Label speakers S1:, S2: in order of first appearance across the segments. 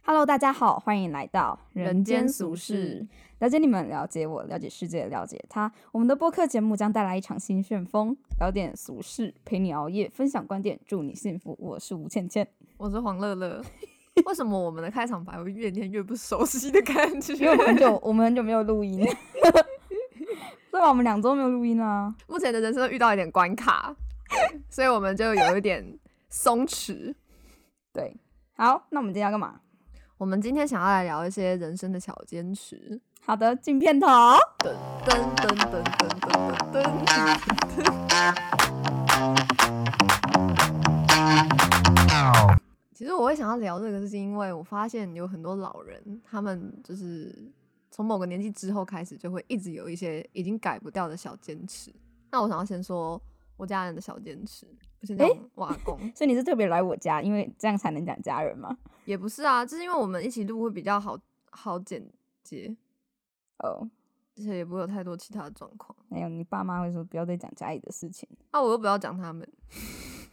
S1: Hello，大家好，欢迎来到
S2: 人间俗世，
S1: 了解你们，了解我，了解世界，了解他。我们的播客节目将带来一场新旋风，聊点俗事，陪你熬夜，分享观点，祝你幸福。我是吴倩倩，
S2: 我是黄乐 乐。为什么我们的开场白会越念越不熟悉的感觉？
S1: 因为我们很久，我们很久没有录音，对啊吧？我们两周没有录音啊啦、
S2: 目前的人生遇到一点关卡， 所以我们就有一点松弛。
S1: 对，好，那我们今天要干嘛？
S2: 我们今天想要来聊一些人生的小坚持。
S1: 好的，进片头。
S2: 噔噔噔噔噔噔噔。其实我会想要聊这个，是因为我发现有很多老人，他们就是从某个年纪之后开始，就会一直有一些已经改不掉的小坚持。那我想要先说我家人的小坚持，我先讲
S1: 诶
S2: 我阿公。
S1: 所以你是特别来我家，因为这样才能讲家人吗？
S2: 也不是啊，就是因为我们一起录会比较好好简洁，
S1: 哦，
S2: 而且也不会有太多其他的状况。
S1: 没有，你爸妈会说不要再讲家里的事情。
S2: 啊，我又不要讲他们，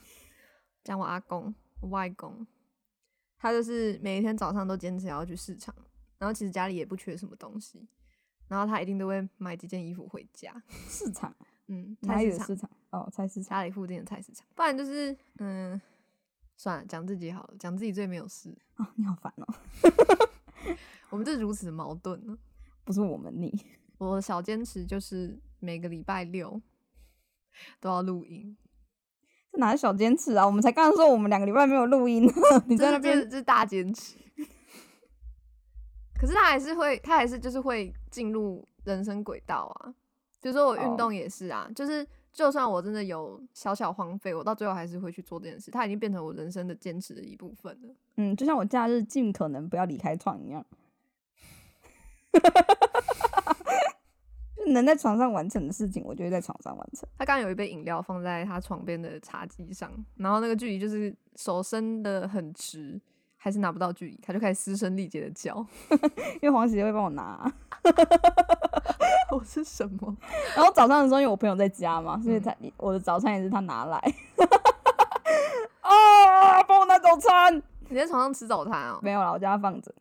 S2: 讲我阿公、我外公，他就是每一天早上都坚持要去市场，然后其实家里也不缺什么东西，然后他一定都会买几件衣服回家。
S1: 市场
S2: 嗯，
S1: 哪
S2: 菜
S1: 里的
S2: 市场，
S1: 市场？哦，菜市场。
S2: 家里附近的菜市场，不然就是嗯，算了，讲自己好了，讲自己最没有事，
S1: 啊，你好烦哦！
S2: 我们就如此矛盾呢。
S1: 不是我们你，
S2: 我的小坚持就是每个礼拜六 都要录音，
S1: 这哪是小坚持啊？我们才刚刚说我们两个礼拜没有录音呢， 你
S2: 这
S1: 在
S2: 是
S1: 那边
S2: 这是这是大坚持。可是他还是会，他还是就是会进入人生轨道啊。比如说我
S1: 哦
S2: 运动也是啊就是就算我真的有小小荒废，我到最后还是会去做这件事。它已经变成我人生的坚持的一部分了。
S1: 嗯，就像我假日尽可能不要离开床一样， 就能在床上完成的事情，我就会在床上完成。
S2: 他刚刚有一杯饮料放在他床边的茶几上，然后那个距离就是手伸的很直，还是拿不到距离，他就开始嘶声力竭的叫。
S1: 因为黄姐姐会帮我拿啊、
S2: 我是什么？
S1: 然后早上的时候，因为我朋友在家嘛，所以
S2: 嗯
S1: 他、我的早餐也是他拿来。 啊！帮我拿早餐，
S2: 你在床上吃早餐哦、
S1: 没有啦，我家放着。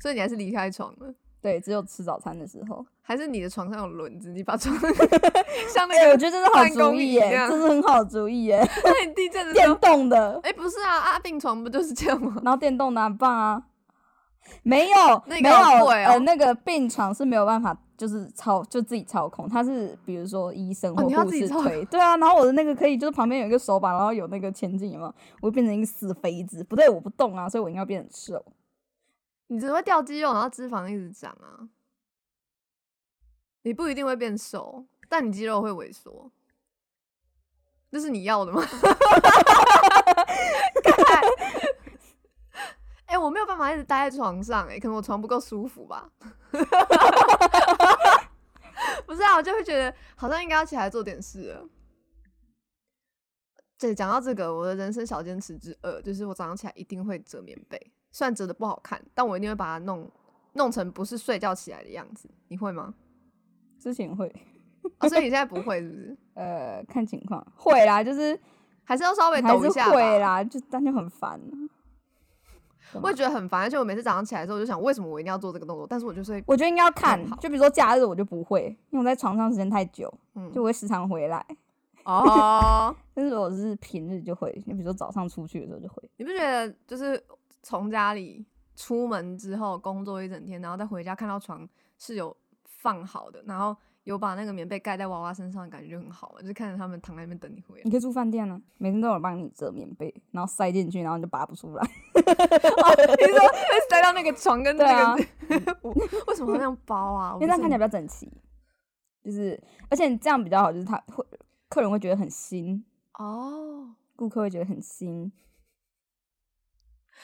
S2: 所以你还是离开床了。
S1: 对，只有吃早餐的时候。
S2: 还是你的床上有轮子，你 把床像
S1: 哎、
S2: 那
S1: 我
S2: 个
S1: 觉得这是好
S2: 办
S1: 主
S2: 公
S1: 意
S2: 椅
S1: 耶，
S2: 这样
S1: 这是很好的主意耶，
S2: 那你地震的时
S1: 电
S2: 候，
S1: 动的。
S2: 哎、不是啊，啊病床不就是这样吗？
S1: 然后电动的很棒啊，没有，
S2: 那个
S1: 没
S2: 好
S1: 有，
S2: 贵哦
S1: 呃，那个病床是没有办法，就是操，就自己操控，它是比如说医生
S2: 哦
S1: 或
S2: 你要
S1: 护
S2: 自己
S1: 士
S2: 操
S1: 推，对啊，然后我的那个可以就是旁边有一个手把，然后有那个前进，有没有？我会变成一个死肥子，不对，我不动啊，所以我应该变成瘦，
S2: 你只会掉肌肉，然后脂肪一直长啊。你不一定会变瘦，但你肌肉会萎缩。这是你要的吗？ 哎、我没有办法一直待在床上、哎，可能我床不够舒服吧。 不是啊，我就会觉得好像应该要起来做点事了。对，讲到这个，我的人生小坚持之二就是我早上起来一定会折棉被，虽然折的不好看，但我一定会把它弄弄成不是睡觉起来的样子。你会吗？
S1: 之前会，
S2: 啊，所以你现在不会是不是？
S1: 呃，看情况，会啦，就是
S2: 还是要稍微
S1: 还
S2: 抖
S1: 是
S2: 一下
S1: 会
S2: 吧。
S1: 啦，就但就很烦啊、
S2: 我也觉得很烦，而且我每次早上起来之后，我就想为什么我一定要做这个动作？但是我就是会，
S1: 我觉得应该要看
S2: 好，
S1: 就比如说假日我就不会，因为我在床上时间太久，
S2: 嗯，
S1: 就我会时常回来。
S2: 哦，
S1: 但是如果是平日就会，你比如说早上出去的时候就会。
S2: 你不觉得就是从家里出门之后工作一整天，然后再回家看到床是有放好的，然后有把那个棉被盖在娃娃身上，感觉就很好玩，就是看着他们躺在那边等你回来
S1: 你。可以住饭店啊，每天都有人帮你折棉被，然后塞进去，然后你就拔不出来。
S2: 哦 你说会塞到那个床跟
S1: 对啊
S2: 那个， 我为什么会那样包 啊？
S1: 因
S2: 我
S1: 为这样
S2: 不
S1: 看
S2: 是
S1: 起来比较整齐，就是而且这样比较好，就是他会客人会觉得很新，
S2: 哦，
S1: 顾客会觉得很新，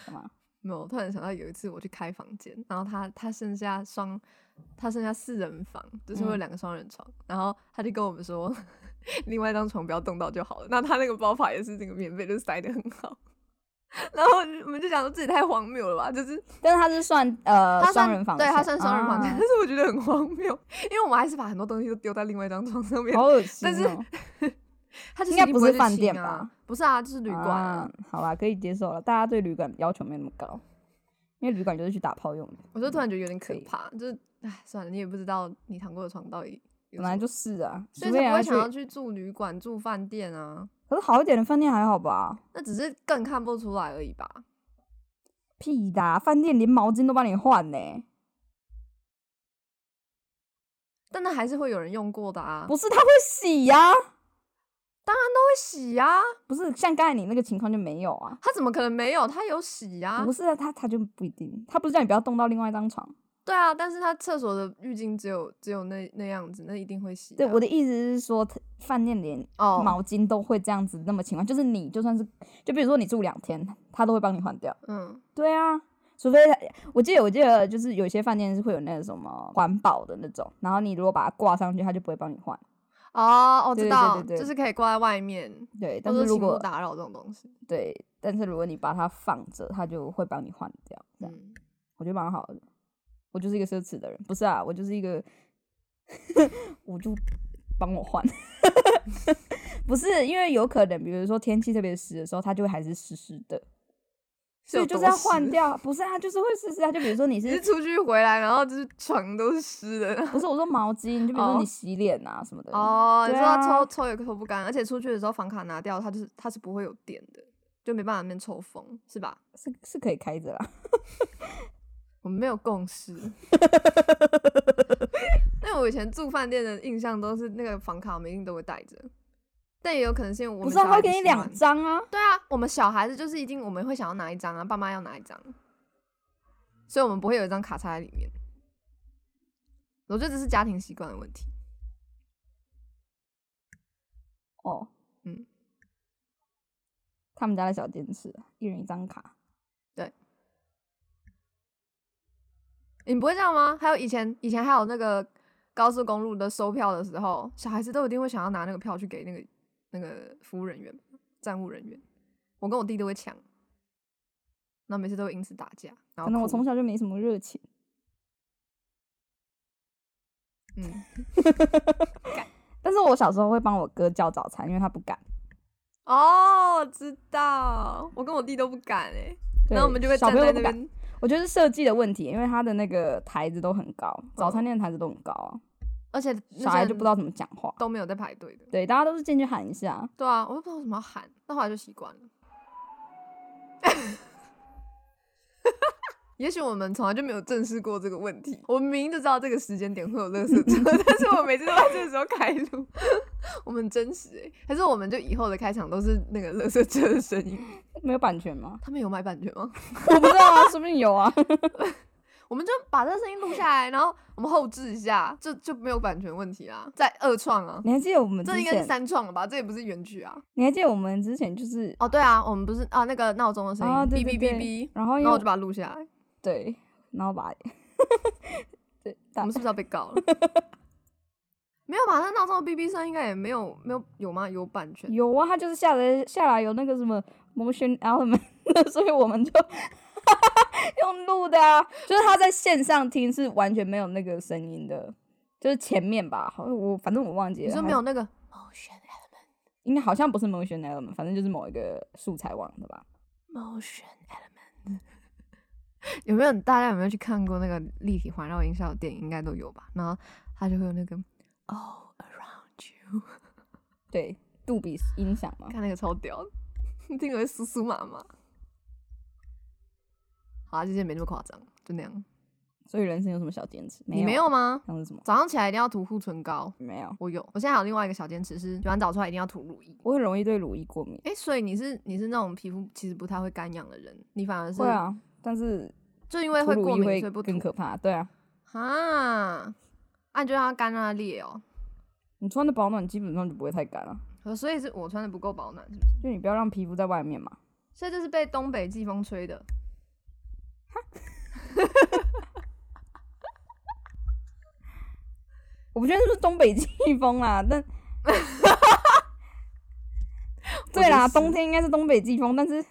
S1: 干嘛？
S2: 没有，我突然想到有一次我去开房间，然后他他剩下双，他剩下四人房，就是会有
S1: 嗯
S2: 两个双人床，然后他就跟我们说， 另外一张床不要动到就好了。那他那个包法也是这个棉被就塞得很好， 然后我们就想说这也太荒谬了吧，就是
S1: 但是他是算呃
S2: 他算
S1: 双人房
S2: 对
S1: 钱，
S2: 他算双人房间，
S1: 啊
S2: 但是我觉得很荒谬，因为我们还是把很多东西都丢在另外一张床上面，
S1: 好恶心、哦。
S2: 但是他就是
S1: 应该
S2: 一定
S1: 不
S2: 会
S1: 是
S2: 去
S1: 饭
S2: 清
S1: 店
S2: 啊
S1: 吧？
S2: 不是啊，就是旅馆啊、
S1: 啊好啦，可以接受了，大家对旅馆要求没那么高，因因为旅馆就是去打炮用的。
S2: 我就突然觉得有点可
S1: 可以
S2: 怕，就是哎，算了，你也不知道你躺过的床到底
S1: 本
S2: 有什
S1: 来
S2: 么，
S1: 就是啊，
S2: 所以
S1: 除非
S2: 才
S1: 人
S2: 不会
S1: 家
S2: 想要
S1: 去
S2: 去住旅馆、住饭店啊，
S1: 可是好一点的饭店还好吧？
S2: 那只是更看不出来而已吧。
S1: 屁的啊，饭店连毛巾都帮你换呢、
S2: 但那还是会有人用过的啊，
S1: 不是他会洗呀、
S2: 会洗啊，
S1: 不是像刚才你那个情况就没有啊。
S2: 他怎么可能没有？他有洗啊
S1: 不，是啊，他他就不一定，他不是叫你不要动到另外一张床。
S2: 对啊，但是他厕所的浴巾只有只有那那样子，那一定会洗啊、
S1: 对，我的意思是说，他饭店连
S2: 哦，
S1: 毛巾都会这样子那么勤换，就是你就算是，就比如说你住两天，他都会帮你换掉。
S2: 嗯，
S1: 对啊，除非他我记得我记得就是有些饭店是会有那个什么环保的那种，然后你如果把它挂上去，他就不会帮你换。
S2: 哦，我
S1: 对对对
S2: 知道，
S1: 对对
S2: 就是可以挂在外面，
S1: 对，
S2: 或
S1: 但是
S2: 者
S1: 如
S2: 请勿
S1: 果
S2: 打扰这种东西。
S1: 对，但是如果你把它放着，他就会帮你换掉。这样、
S2: 嗯，
S1: 我觉得蛮好的。我就是一个奢侈的人，不是啊，我就是一个， 我就帮我换。 不是因为有可能，比如说天气特别湿的时候，它就会还是湿湿的，所以
S2: 有
S1: 就是
S2: 多
S1: 要换
S2: 湿。
S1: 掉。不是啊，就是会湿湿啊。就比如说你
S2: 只是
S1: 是
S2: 出去回来，然后就是床都是湿的。
S1: 不是我说毛巾，就比如说
S2: 哦
S1: 你洗脸啊什么的。
S2: 哦，你
S1: 对
S2: 知道
S1: 啊
S2: 抽抽也抽不干，而且出去的时候房卡拿掉，它就是它是不会有电的，就没办法那边抽风，是吧？
S1: 是是可以开着啦。
S2: 我们没有共识。 那我以前住饭店的印象都是那个房卡，我们一定都会带着，但也有可能是因为我
S1: 不
S2: 们
S1: 是、啊，
S2: 小
S1: 他
S2: 孩
S1: 会
S2: 子
S1: 给你
S2: 喜
S1: 两
S2: 欢
S1: 张啊。
S2: 对啊，我们小孩子就是一定我们会想要拿一张啊，爸妈要拿一张，所以我们不会有一张卡插在里面。我觉得这是家庭习惯的问题。
S1: 哦，
S2: 嗯，
S1: 他们家的小电视，一人一张卡。
S2: 你不会这样吗？还有以前以前还有那个高速公路的收票的时候，小孩子都一定会想要拿那个票去给那个那个服务人员、站务人员。我跟我弟都会抢，然后每次都会因此打架。
S1: 可
S2: 然后
S1: 能我
S2: 哭
S1: 从小就没什么热情。
S2: 嗯，
S1: 但是我小时候会帮我哥叫早餐，因为他不敢。
S2: 哦，知道，我跟我弟都不敢哎、然后
S1: 对
S2: 我们就会
S1: 小
S2: 站
S1: 朋友
S2: 在
S1: 都
S2: 那
S1: 不敢。
S2: 边。
S1: 我觉得是设计的问题，因为他的那个台子都很高，
S2: 嗯
S1: 早餐店的台子都很高啊，
S2: 而且
S1: 小孩就不知道怎么讲话。
S2: 都没有在排队的。
S1: 对，大家都是进去喊一下。
S2: 对啊，我也不知道为什么要喊，但后来就习惯了。 也许我们从来就没有正视过这个问题。我们明明就知道这个时间点会有垃圾车， 但是我每次都在这个时候开路。 我们很真实哎、还是我们就以后的开场都是那个垃圾车的声音？
S1: 没有版权 吗？
S2: 他们有买版权吗？
S1: 我不知道啊，说不定有啊。
S2: 我们就把这个声音录下来，然后我们后置一下，就就没有版权问题啦。再二创啊，
S1: 你还记得我们之
S2: 这应该是
S1: 前？
S2: 三创了吧？这也不是原曲啊。
S1: 你还记得我们之前就是
S2: 哦，对啊，我们不是啊那个闹钟的声音，
S1: 啊，对
S2: 哔
S1: 对
S2: 哔
S1: 对
S2: 哔哔，
S1: 然后
S2: 然
S1: 因
S2: 后
S1: 为
S2: 我就把它录下来。
S1: 对，然后把对，
S2: 我
S1: 大
S2: 们是不是要被告 了？没有吧？那闹钟的 BB 声应该也没有没有有吗？有版权？
S1: 有啊，他就是下来下来有那个什么 motion element，所以我们就呃用录的啊，就是他在线上听是完全没有那个声音的，就是前面吧，好像我反正我忘记
S2: 你
S1: 了，
S2: 说
S1: 还
S2: 没有，那个？
S1: 应该好像不是 motion element，反正就是某一个素材网的吧。
S2: Motion Element。有没有大家有没有去看过那个立体环绕音效的电影？应该都有吧。然后它就会有那个
S1: 哦
S2: All Around You，
S1: 对，杜比音响嘛，
S2: 看那个超屌的，听了会酥酥麻麻。好啊，这些没那么夸张，就那样。
S1: 所以人生有什么小坚持？没
S2: 你没
S1: 有啊，
S2: 有吗？
S1: 像是什么？
S2: 早上起来一定要涂护唇膏，
S1: 没有，
S2: 我有。我现在还有另外一个小坚持是，洗完澡出来一定要涂乳液。
S1: 我很容易对乳液过敏。
S2: 哎、所以你是你是那种皮肤其实不太会干痒的人，你反而是
S1: 会啊，但是
S2: 就因为
S1: 涂
S2: 会
S1: 乳
S2: 过
S1: 液
S2: 敏，
S1: 会
S2: 所以不
S1: 更
S2: 涂
S1: 可怕。对啊，
S2: 啊。啊，你就让它干，让它裂哦。
S1: 你穿的保暖基本上就不会太干了、啊
S2: 呃所以是我穿的不够保暖，是不是？
S1: 就你不要让皮肤在外面嘛。
S2: 所以这是被东北季风吹的。
S1: 我不确定是不是东北季风啦， 但对啦，
S2: 我觉得是
S1: 冬天应该是东北季风，但是，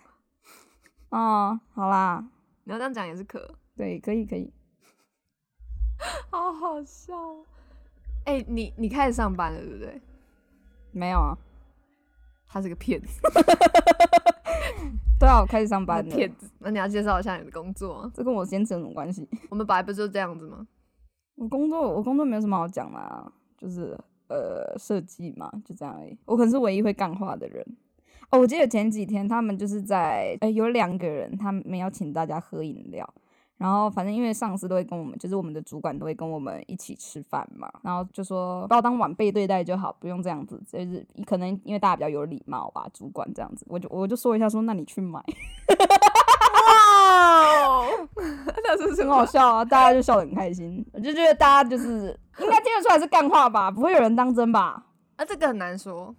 S1: 哦，好啦，
S2: 你要这样讲也是 可，
S1: 对，可以可以，
S2: 好好笑、哦。哎、你你开始上班了，对不对？
S1: 没有啊，
S2: 他是个骗子。
S1: 对啊，我开始上班
S2: 骗
S1: 了，
S2: 子。那你要介绍一下你的工作啊？
S1: 这跟我兼职有什么关系？
S2: 我们本来不就这样 子吗？
S1: 我工作我工作没有什么好讲啦、就是呃设计嘛，就这样而已。我可能是唯一会干话的人。哦，我记得前几天他们就是在呃有两个人，他们要请大家喝饮料，然后反正因为上司都会跟我们，就是我们的主管都会跟我们一起吃饭嘛，然后就说把我当晚辈对待就好，不用这样子，就是可能因为大家比较有礼貌吧，主管这样子，我就我就说一下说那你去买，
S2: 哦，那是什
S1: 很
S2: 么？
S1: 好笑啊，大家就笑得很开心，我就觉得大家就是应该听得出来是干话吧，不会有人当真吧？
S2: 啊，这个很难说，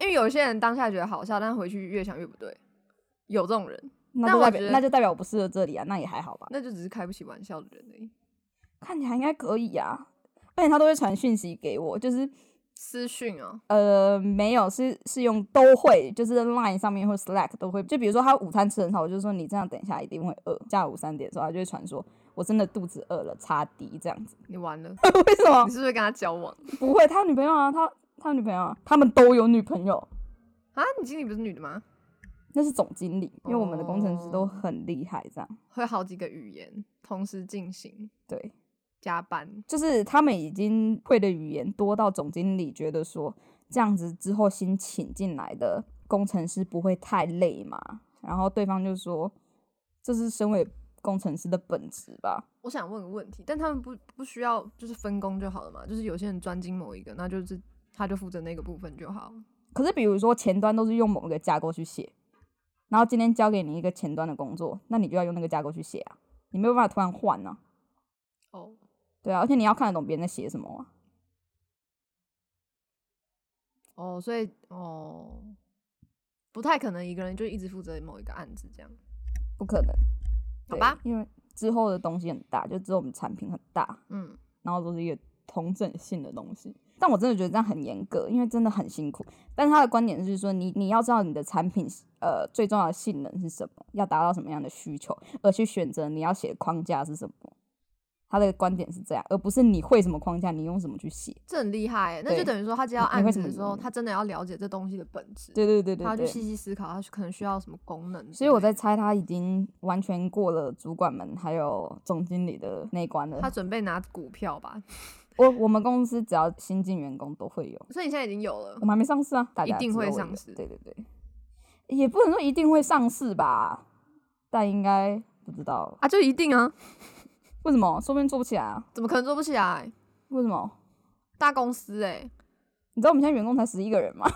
S2: 因为有些人当下觉得好笑，但回去越想越不对，有这种人，
S1: 那
S2: 但
S1: 就
S2: 我
S1: 代表
S2: 觉得
S1: 那就代表我不适合这里啊，那也还好吧，
S2: 那就只是开不起玩笑的人而已。
S1: 看起来应该可以啊，而且他都会传讯息给我，就是
S2: 私讯哦，
S1: 呃，没有，是是用都会，就是 Line 上面或 Slack 都会。就比如说他午餐吃很少，我就说你这样等一下一定会饿。下午三点的时候，他就会传说我真的肚子饿了，擦滴这样子。
S2: 你完了，
S1: 为什么
S2: 你是不是跟他交往
S1: 不会？他有女朋友啊，他他有女朋友啊，他们都有女朋友。
S2: 啊？你经理不是女的吗？
S1: 那是总经理，因为我们的工程师都
S2: 哦
S1: 很厉害，这样
S2: 会好几个语言同时进行，
S1: 对，
S2: 加班
S1: 就是他们已经会的语言多到总经理觉得说，这样子之后新请进来的工程师不会太累嘛？然后对方就说，这是身为工程师的本质吧？
S2: 我想问个问题，但他们不不需要就是分工就好了嘛？就是有些人专精某一个，那就是他就负责那个部分就好了。
S1: 可是比如说前端都是用某一个架构去写，然后今天交给你一个前端的工作，那你就要用那个架构去写啊，你没有办法突然换啊，
S2: 哦，
S1: 对啊，而且你要看得懂别人在写什么啊。
S2: 哦，所以哦，不太可能一个人就一直负责某一个案子这样。
S1: 不可能，
S2: 好
S1: 对
S2: 吧？
S1: 因为之后的东西很大，就之后我们产品很大，
S2: 嗯，
S1: 然后都是一个同整性的东西。但我真的觉得这样很严格，因为真的很辛苦。但是他的观点是说，你你要知道你的产品呃最重要的性能是什么，要达到什么样的需求，而去选择你要写的框架是什么。他的观点是这样，而不是你会什么框架，你用什么去写。
S2: 这很厉害欸，那
S1: 对嗯
S2: 就等于说他接到
S1: 你你
S2: 案
S1: 会
S2: 子
S1: 怎么
S2: 的时候，
S1: 用
S2: 他真的要了解这东西的本质，
S1: 对对对
S2: 他
S1: 对对。
S2: 要去细细思考，他可能需要什么功能之类的。
S1: 所以我在猜，他已经完全过了主管们还有总经理的那一关了。
S2: 他准备拿股 票吧，
S1: 我我们公司只要新进员工都会有，
S2: 所以你现在已经有了
S1: 我。们还没上市啊，大家
S2: 一定
S1: 知道
S2: 会
S1: 我
S2: 上
S1: 有
S2: 市
S1: 对对对，也不能说一定会上市吧，但应该不知道
S2: 啊，就一定啊，
S1: 为什么，说不定做不起来啊？
S2: 怎么可能做不起来？
S1: 为什么？
S2: 大公 司哎、
S1: 你知道我们现在员工才十一个人吗？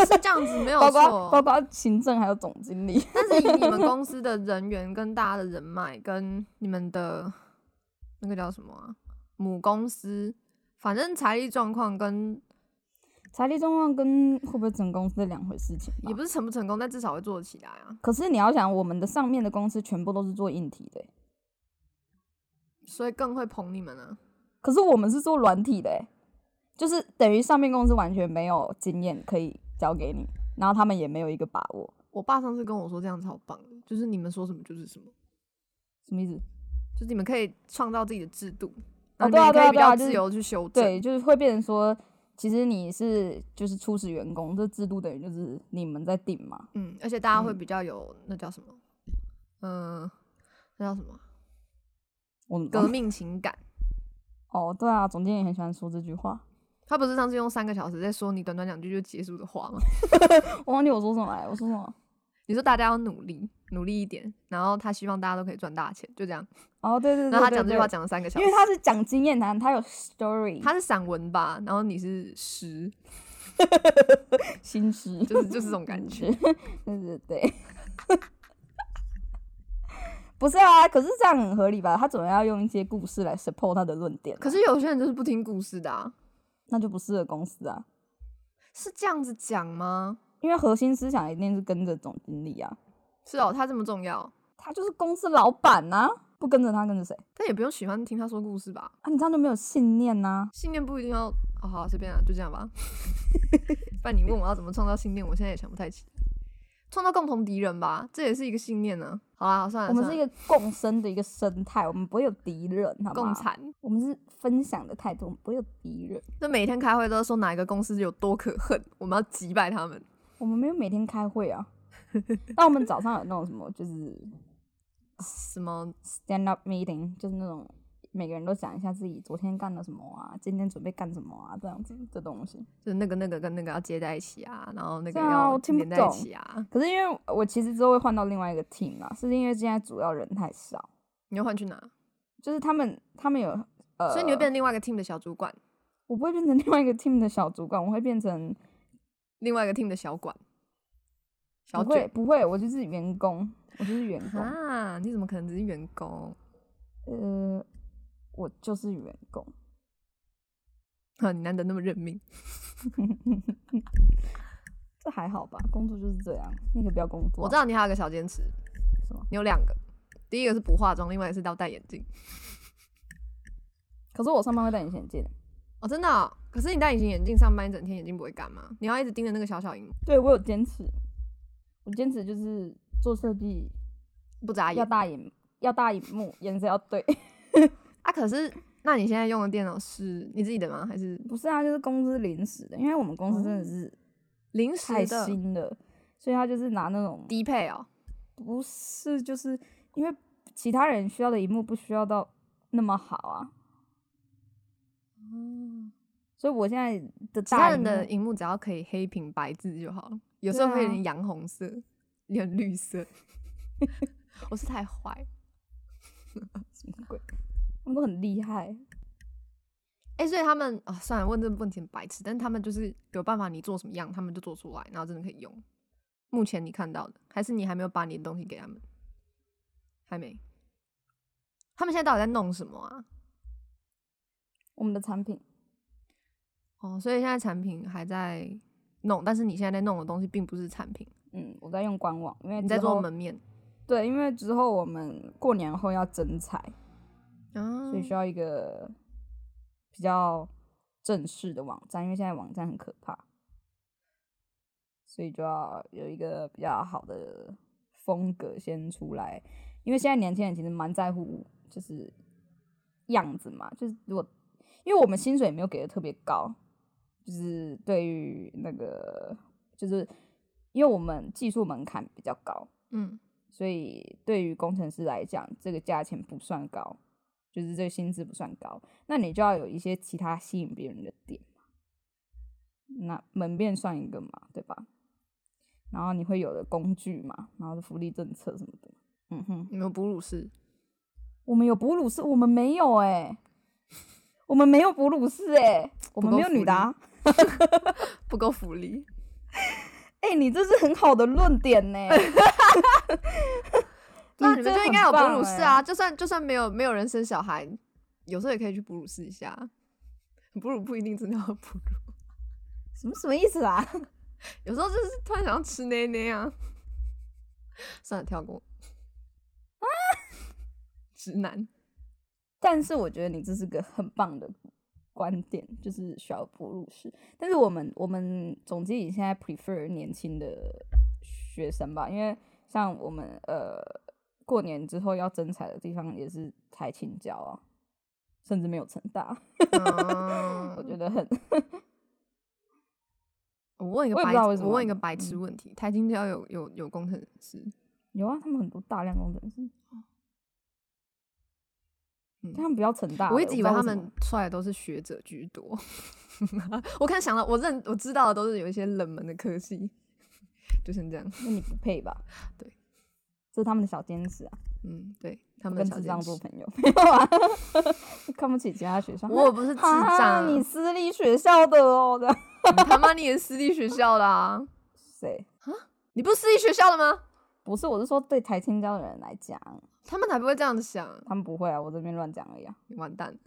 S2: 是这样子没有
S1: 包
S2: 错
S1: 括。包括行政还有总经理，
S2: 但是以你们公司的人员跟大家的人脉，跟你们的那个叫什么啊，母公司，反正财力状况跟
S1: 财力状况跟会不会整公司是两回事情吧。
S2: 也不是成不成功，但至少会做起来啊。
S1: 可是你要想，我们的上面的公司全部都是做硬体的欸、
S2: 所以更会捧你们啊。
S1: 可是我们是做软体的欸、就是等于上面公司完全没有经验可以交给你，然后他们也没有一个把握，
S2: 我爸上次跟我说这样子好棒的，就是你们说什么就是什么，
S1: 什么意思？
S2: 就是你们可以创造自己的制度，
S1: 哦
S2: 然后你
S1: 对啊
S2: 们可
S1: 对啊
S2: 以比
S1: 对啊
S2: 较
S1: 就是
S2: 自由去修正。
S1: 对，就是会变成说，其实你是就是初始员工，这制度等于就是你们在定嘛。
S2: 嗯，而且大家会
S1: 嗯
S2: 比较有那叫什么，嗯、那叫什么
S1: 我们
S2: 革命情感。
S1: 哦，对啊，总监也很喜欢说这句话。
S2: 他不是上次用三个小时在说你短短两句就结束的话吗？
S1: 我忘记我说什么来，我说什么？
S2: 你说大家要努力，努力一点，然后他希望大家都可以赚大钱，就这样。
S1: 哦，对对对
S2: 然后他讲
S1: 对
S2: 这句话
S1: 对
S2: 讲了三个小
S1: 因
S2: 时
S1: 为，他是讲经验谈，他有 story，
S2: 他是散文吧，然后你是诗，
S1: 心事，
S2: 就是就是这种感觉。
S1: 是 对对对。 不是啊，可是这样很合理吧？他总要用一些故事来 support 他的论点啊、
S2: 可是有些人就是不听故事的、啊，
S1: 那就不适合公司啊，
S2: 是这样子讲吗？
S1: 因为核心思想一定是跟着总经理啊，
S2: 是哦，他这么重要，
S1: 他就是公司老板呐、不跟着他跟着谁？
S2: 但也不用喜欢听他说故事吧？
S1: 啊，你这样就没有信念呐、
S2: 信念不一定要，哦、好随便啊，就这样吧。 不然你问我要怎么创造信念，我现在也想不太起来。创造共同敌人吧，这也是一个信念呢、好啦，好算了，
S1: 我们是
S2: 算
S1: 一
S2: 了
S1: 个共生的一个生态，我们不会有敌人，好吗？
S2: 共，产。
S1: 我们是分享的态度，我们不会有敌人。
S2: 那每天开会都说哪一个公司有多可恨，我们要击败他们。
S1: 我们没有每天开会啊，那我们早上有那种什么，就是
S2: 什么
S1: stand up meeting，就是那种每个人都讲一下自己昨天干了什么啊，今天准备干什么啊，这样子的东西。
S2: 就是那个那个跟那个要接在一起啊，然后那个
S1: 对啊
S2: 要
S1: 我听不
S2: 连在一
S1: 懂
S2: 起啊，
S1: 可是因为我其实之后会换到另外一个 team 啦，是因为现在主要人太少，
S2: 你要换去哪？
S1: 就是他们他们有呃，
S2: 所以你会变成另外一个 team 的小主管，
S1: 我不会变成另外一个 team 的小主管，我会变成
S2: 另外一个 team 的小管，小
S1: 不会
S2: 卷
S1: 不会，我就是员工，我就是员工，
S2: 啊？你怎么可能只是员工？
S1: 呃，我就是员工。
S2: 啊，你难得那么认命，
S1: 这还好吧，工作就是这样，你可不要工作啊。
S2: 我知道你还有个小坚持，
S1: 什么
S2: 你有两个，第一个是不化妆，另外一个是要戴眼镜。
S1: 可是我上班会戴隐形眼镜，
S2: 哦，真的哦、可是你戴隐形眼镜上班一整天，眼睛不会干吗？你要一直盯着那个小小荧幕，
S1: 对我有坚持，我坚持就是做设计
S2: 不眨
S1: 要
S2: 眼
S1: 大眼要大荧幕，颜色要对。
S2: 啊？可是，那你现在用的电脑是你自己的吗？还是
S1: 不是啊，就是公司临时的，因为我们公司真的是
S2: 临时
S1: 太
S2: 哦的
S1: 新了，所以他就是拿那种
S2: 低配哦？
S1: 不是就是因为其他人需要的荧幕不需要到那么好啊，
S2: 嗯，
S1: 所以我现在的
S2: 其他
S1: 大荧
S2: 人的
S1: 幕
S2: 荧幕只要可以黑屏白字就好了，有时候
S1: 对啊
S2: 会有点洋红色，有点绿色。 我是太坏。
S1: 什么鬼，他们都很厉害。
S2: 哎、所以他们啊、算了，问这个问题很白痴，但他们就是有办法，你做什么样，他们就做出来，然后真的可以用。目前你看到的，还是你还没有把你的东西给他们？还没。他们现在到底在弄什么啊？
S1: 我们的产品
S2: 哦，所以现在产品还在弄，但是你现在在弄的东西并不是产品，
S1: 嗯，我在用官网，因为
S2: 你在
S1: 之
S2: 做
S1: 后
S2: 门面
S1: 对，因为之后我们过年后要征才，
S2: 啊
S1: 所以需要一个比较正式的网站，因为现在网站很可怕，所以就要有一个比较好的风格先出来。因为现在年轻人其实蛮在乎就是样子嘛，就是如果因为我们薪水也没有给的特别高，就是对于那个就是因为我们技术门槛比较高，
S2: 嗯，
S1: 所以对于工程师来讲，这个价钱不算高，就是这个薪资不算高。那你就要有一些其他吸引别人的点嘛，那门面算一个嘛，对吧？然后你会有的工具嘛，然后福利政策什么的。嗯哼，
S2: 有没有哺乳室？
S1: 我们有哺乳室，我们没有哎、我们没有哺乳室哎、我们没有女的、啊。
S2: 不够福利。
S1: 嗯哎、你这是很好的论点呢、
S2: 那你
S1: 真
S2: 们
S1: 的
S2: 就应该
S1: 很
S2: 有哺
S1: 棒
S2: 乳室
S1: 欸
S2: 啊！就算就算没有没有人生小孩，有时候也可以去哺乳室一下。啊哺乳不一定真的要哺乳，
S1: 什么什么意思啊？
S2: 有时候就是突然想要吃奶奶啊。 算了，跳过。 直男，
S1: 但是我觉得你这是个很棒的观点，就是小哺乳室。但是我们我们总经理现在 prefer 年轻的学生吧，因为像我们呃过年之后要征才的地方也是台青教啊，甚至没有成大，
S2: 嗯
S1: 我觉得很
S2: 我问一个
S1: 我也不
S2: 白，
S1: 知道为什
S2: 我问一
S1: 么嗯
S2: 个白痴问题：台金教有有有工程师，
S1: 有啊，他们很多大量工程师，
S2: 嗯
S1: 但他们不要成大的，
S2: 我
S1: 啊
S2: 一
S1: 不
S2: 直
S1: 知
S2: 以为
S1: 道
S2: 他
S1: 什
S2: 们
S1: 么
S2: 出来都是学者居多。 我看想到，我认我知道的都是有一些冷门的科系， 就像这样。
S1: 那你不配吧？
S2: 对，
S1: 这是他们的小坚持啊，
S2: 嗯，对他
S1: 不
S2: 们
S1: 跟
S2: 小
S1: 智
S2: 坚
S1: 障
S2: 持
S1: 做朋友， 没有啊，看不起其他学生，
S2: 我不是智障，
S1: 啊，你私立学校的哦，这样
S2: 你他妈你也是私立学校的啊？
S1: 谁？
S2: 你不是私立学校的吗？
S1: 不是，我是说对台青教的人来讲，
S2: 他们才不会这样子想，
S1: 他们不会啊，我这边乱讲而已啊。
S2: 你完蛋。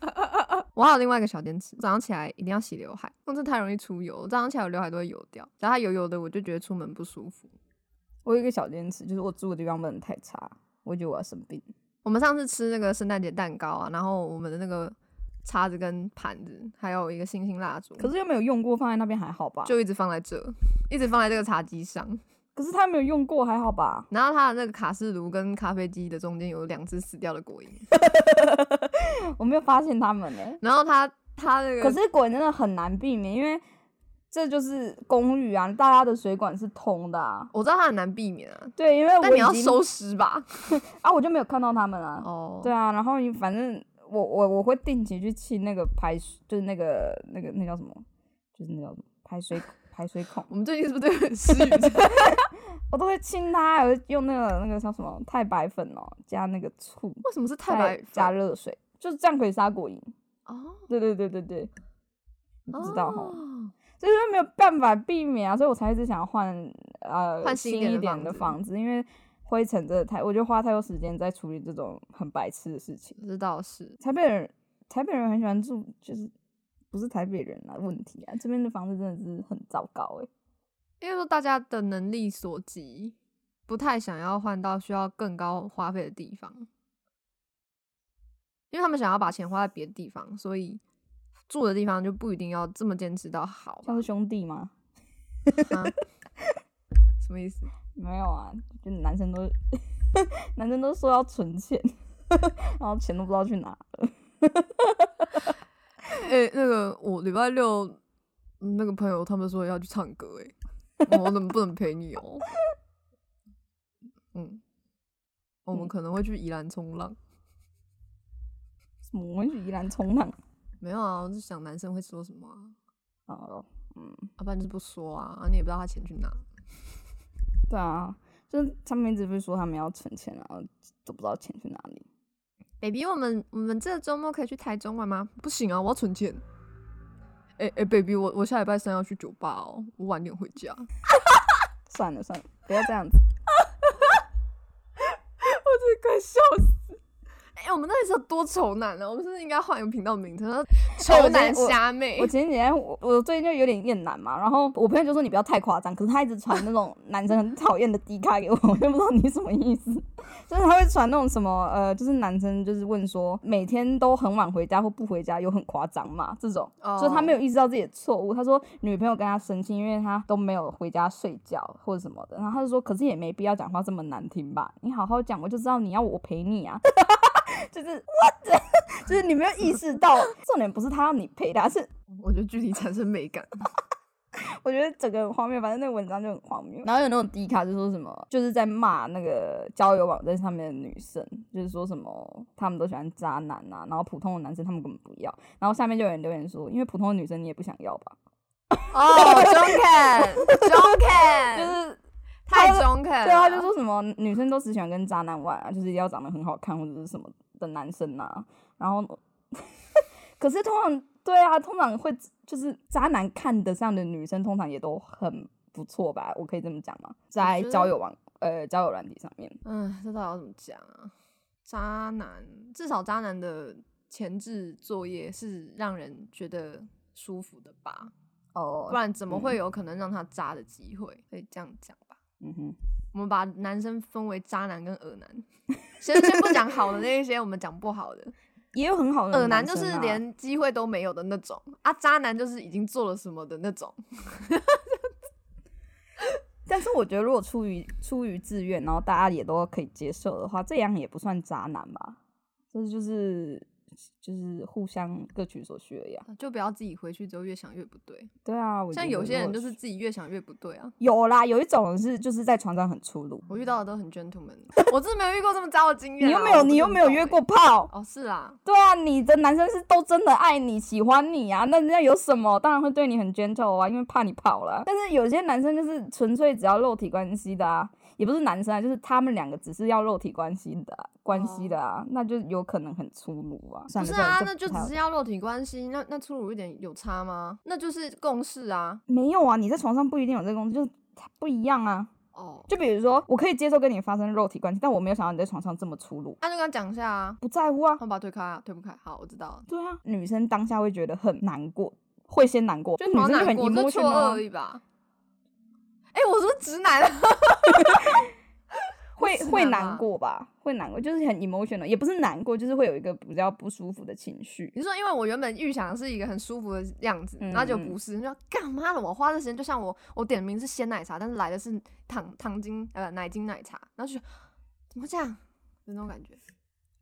S2: 我还有另外一个小坚持，早上起来一定要洗刘海，那这太容易出油。早上起来我刘海都会油掉，只要它油油的，我就觉得出门不舒服。
S1: 我有一个小坚持，就是我住的地方不能太差，我觉得我要生病。
S2: 我们上次吃那个圣诞节蛋糕啊，然后我们的那个叉子跟盘子，还有一个星星蜡烛，
S1: 可是又没有用过，放在那边还好吧？
S2: 就一直放在这，一直放在这个茶几上。
S1: 可是他没有用过，还好吧？
S2: 然后它的那个卡式炉跟咖啡机的中间有两只死掉的果蝇，
S1: 我没有发现他们呢、
S2: 然后它它那个
S1: 可是果真的很难避免，因为这就是公寓啊，大家的水管是通的啊。
S2: 我知道它很难避免啊，
S1: 对，因为我
S2: 但你要
S1: 已经
S2: 收拾吧。
S1: 啊，我就没有看到他们啊。
S2: 哦，
S1: 对啊，然后你反正我我我会定期去清那个排水，就是那个那个那叫什么，就是那叫什么排水排水孔，
S2: 我们最近是不是对 很失语？为
S1: 我都会清它，我会用那个那个叫什么太白粉哦，加那个醋，
S2: 什么是太
S1: 再
S2: 白粉
S1: 加热水，就是这样可以杀果蝇。
S2: 哦？
S1: 对对对对对，你不知道哈、
S2: 哦
S1: 所以说没有办法避免啊，所以我才一直想要换呃
S2: 换新
S1: 新
S2: 一点的
S1: 点的
S2: 房
S1: 房子，因为灰尘真的太，我就花太多时间在处理这种很白痴的事情。
S2: 这倒是，
S1: 台北人，台北人很喜欢住，就是不是台北人啊，问题啊，这边的房子真的是很糟糕欸诶、
S2: 因为说大家的能力所及，不太想要换到需要更高花费的地方，因为他们想要把钱花在别的地方，所以住的地方就不一定要这么坚持到好吧
S1: 像？是兄弟吗？
S2: 啊 什么意思？
S1: 没有啊，就男生都 男生都说要存钱， 然后钱都不知道去哪了。
S2: 哎、那个我礼拜六嗯那个朋友他们说要去唱歌、欸，哎，我能不能陪你哦、 嗯，我们
S1: 嗯
S2: 可能会去宜兰冲浪。
S1: 什么？我们去宜兰冲浪？
S2: 没有啊，我就想男生会说什么啊，
S1: 哦，嗯，
S2: 要、不然就是不说啊，啊你也不知道他钱去哪。
S1: 对啊，就是他们一直不是说他们要存钱，然后都不知道钱去哪里。
S2: baby，我们我们这周末可以去台中玩吗？不行啊，我要存钱。哎、哎、b a b y 我我下礼拜三要去酒吧哦，我晚点回家。
S1: 算了算了，不要这样子。
S2: 我真的快笑死！哎、我们那里是有多丑男啊呢、我们是不是应该换一个频道名称？叫
S1: 哎
S2: 丑
S1: 我今
S2: 男
S1: 天我
S2: 虾妹
S1: 我。前几天我我最近就有点厌男嘛，然后我朋友就说你不要太夸张，可是他一直传那种男生很讨厌的低咖给我，我就不知道你什么意思。就是他会传那种什么呃，就是男生就是问说每天都很晚回家或不回家有很夸张嘛这种，
S2: 哦
S1: 所以他没有意识到自己的错误。他说女朋友跟他生气，因为他都没有回家睡觉或者什么的，然后他就说可是也没必要讲话这么难听吧，你好好讲，我就知道你要我陪你啊。 就是 what，就是 你没有意识到，重点不是他要你陪他，是
S2: 我觉得距离产生美感。
S1: 我觉得整个很荒谬，反正那个文章就很荒谬。然后有那种低卡就说什么，就是在骂那个交友网站上面的女生，就是说什么他们都喜欢渣男啊，然后普通的男生他们根本不要。然后下面就有人留言说，因为普通的女生你也不想要吧？
S2: 哦，中肯，中
S1: 就
S2: 肯，
S1: 是
S2: 太中肯了。
S1: 对啊，就说什么女生都只喜欢跟渣男玩啊，就是一定要长得很好看或者是什么的男生啊。然后， 可是通常对啊，通常会就是渣男看得上的女生，通常也都很不错吧？我可以这么讲吗？在
S2: 觉得
S1: 交友网呃交友软体上面，
S2: 嗯，这到底要怎么讲啊？渣男，至少渣男的前置作业是让人觉得舒服的吧？
S1: 哦
S2: 不然怎么会有可能让他渣的机会？可以这样讲吧？
S1: 嗯哼，
S2: 我们把男生分为渣男跟恶男， 先先不讲好的那一些，我们讲不好 的。
S1: 也有很好的
S2: 恶男就
S1: 生
S2: 是
S1: 啊
S2: 连机会都没有的那种啊，渣男就是已经做了什么的那种。
S1: 但是我觉得如果出于出于自愿，然后大家也都可以接受的话，这样也不算渣男吧？这就是就是互相各取所需而已啊。
S2: 就不要自己回去之后越想越不对。
S1: 对啊，我
S2: 像
S1: 觉得
S2: 有些
S1: 如
S2: 人
S1: 果嗯
S2: 就是自己越想越不对啊。
S1: 有啦，有一种是就是在床上很粗鲁。
S2: 我遇到的都 很 gentleman，我真的没有遇过这么糟的经验
S1: 你
S2: 啊、
S1: 又没有，
S2: 我不
S1: 你
S2: 是
S1: 又
S2: 很
S1: 没有
S2: 懂
S1: 约
S2: 欸
S1: 过炮，
S2: 哦，是啦，
S1: 对啊，你的男生是都真的爱你、喜欢你啊，那人家有什么？当然会对你很 gentle 啊，因为怕你跑了。但是有些男生就是纯粹只要肉体关系的啊，也不是男生啊，就是他们两个只是要肉体关系的啊、关系的啊，那就有可能很粗鲁啊。
S2: 哦不
S1: 算了
S2: 是
S1: 算了
S2: 啊，
S1: 这
S2: 那就
S1: 不太
S2: 只是要肉体关系，那那粗鲁一点有差吗？那就是共识啊。
S1: 没有啊，你在床上不一定有这个东西，就是不一样啊。
S2: 哦，
S1: 就比如说，我可以接受跟你发生肉体关系，但我没有想到你在床上这么粗鲁，
S2: 那、就跟他讲一下啊，
S1: 不在乎啊。
S2: 我把他推开啊，推不开。好，我知道了。
S1: 对啊，女生当下会觉得很难过，会先难过，就女
S2: 好
S1: 生就
S2: 难
S1: 很
S2: 过，这错
S1: emotional，
S2: 愕
S1: 啊
S2: 而已吧。哎、我是不是直男啊？
S1: 会
S2: 直
S1: 会
S2: 男吧
S1: 难过吧，会难过，就是很 emotional，也不是难过，就是会有一个比较不舒服的情绪。
S2: 你说，因为我原本预想是一个很舒服的样子，
S1: 嗯
S2: 然后就不是，就干嘛的？我花的时间就像我我点的名是鲜奶茶，但是来的是糖糖精呃奶精奶茶，然后就觉得怎么会这样？就那种感觉。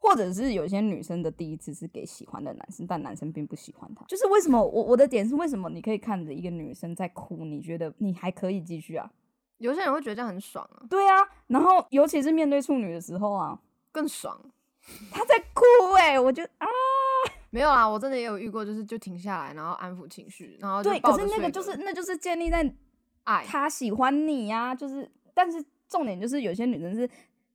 S1: 或者是有些女生的第一次是给喜欢的男生，但男生并不喜欢她。就是为什么我我的点是为什么你可以看着一个女生在哭，你觉得你还可以继续啊？
S2: 有些人会觉得这样很爽啊，
S1: 对啊，然后尤其是面对处女的时候啊，
S2: 更爽。
S1: 她在哭哎、我就啊，
S2: 没有啊啦，我真的也有遇过，就是就停下来，然后安抚情绪，然后就
S1: 啊对，
S2: 抱
S1: 可是
S2: 着
S1: 那个
S2: 睡
S1: 就是
S2: 的
S1: 那就是建立在
S2: 爱，
S1: 他喜欢你呀、就是，但是重点就是有些女生是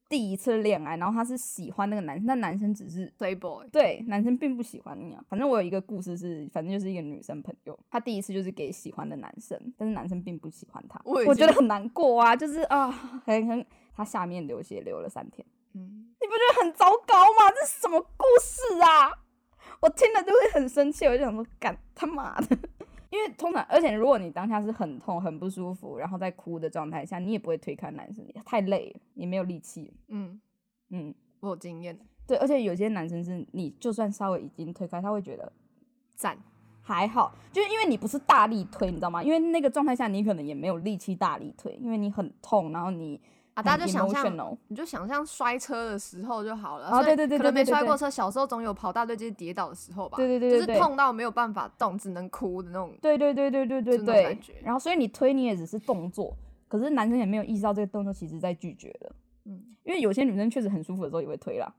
S1: 第一次恋爱，然后她是喜欢那个男生，但男生只是
S2: playboy，
S1: 对男生并不喜欢你啊。反正我有一个故事是，反正就是一个女生朋友，她第一次就是给喜欢的男生，但是男生并不喜欢她，
S2: 我
S1: 我
S2: 已
S1: 觉得
S2: 经
S1: 很难过啊，就是啊，很很，她下面流血流了三天，
S2: 嗯，
S1: 你不觉得很糟糕吗？这是什么故事啊？我听了就会很生气，我就想说，干他妈的！ 因为通常，而且如果你当下是很痛、很不舒服，然后在哭的状态下，你也不会推开男生，太累了，你没有力气了。
S2: 嗯，
S1: 嗯，
S2: 我有经验，
S1: 对，而且有些男生是你就算稍微已经推开，他会觉得
S2: 赞，
S1: 还好，就是因为你不是大力推，你知道吗？因为那个状态下你可能也没有力气大力推，因为你很痛，然后你
S2: 啊大家
S1: 很
S2: 就想象
S1: emotional
S2: 你就想象摔车的时候就好了。
S1: 哦
S2: 所以
S1: 对对对
S2: 可
S1: 对
S2: 能没
S1: 对对
S2: 摔过
S1: 对
S2: 车，小时候总有跑大队接跌倒的时候吧。
S1: 对对对对
S2: 就是
S1: 对
S2: 痛到没有办法动，只能哭的那种。
S1: 对对对对对对
S2: 就那种感
S1: 对
S2: 觉。
S1: 然后所以你推你也只是动作，可是男生也没有意识到这个动作其实在拒绝的。
S2: 嗯，
S1: 因为有些女生确实很舒服的时候也会推啦，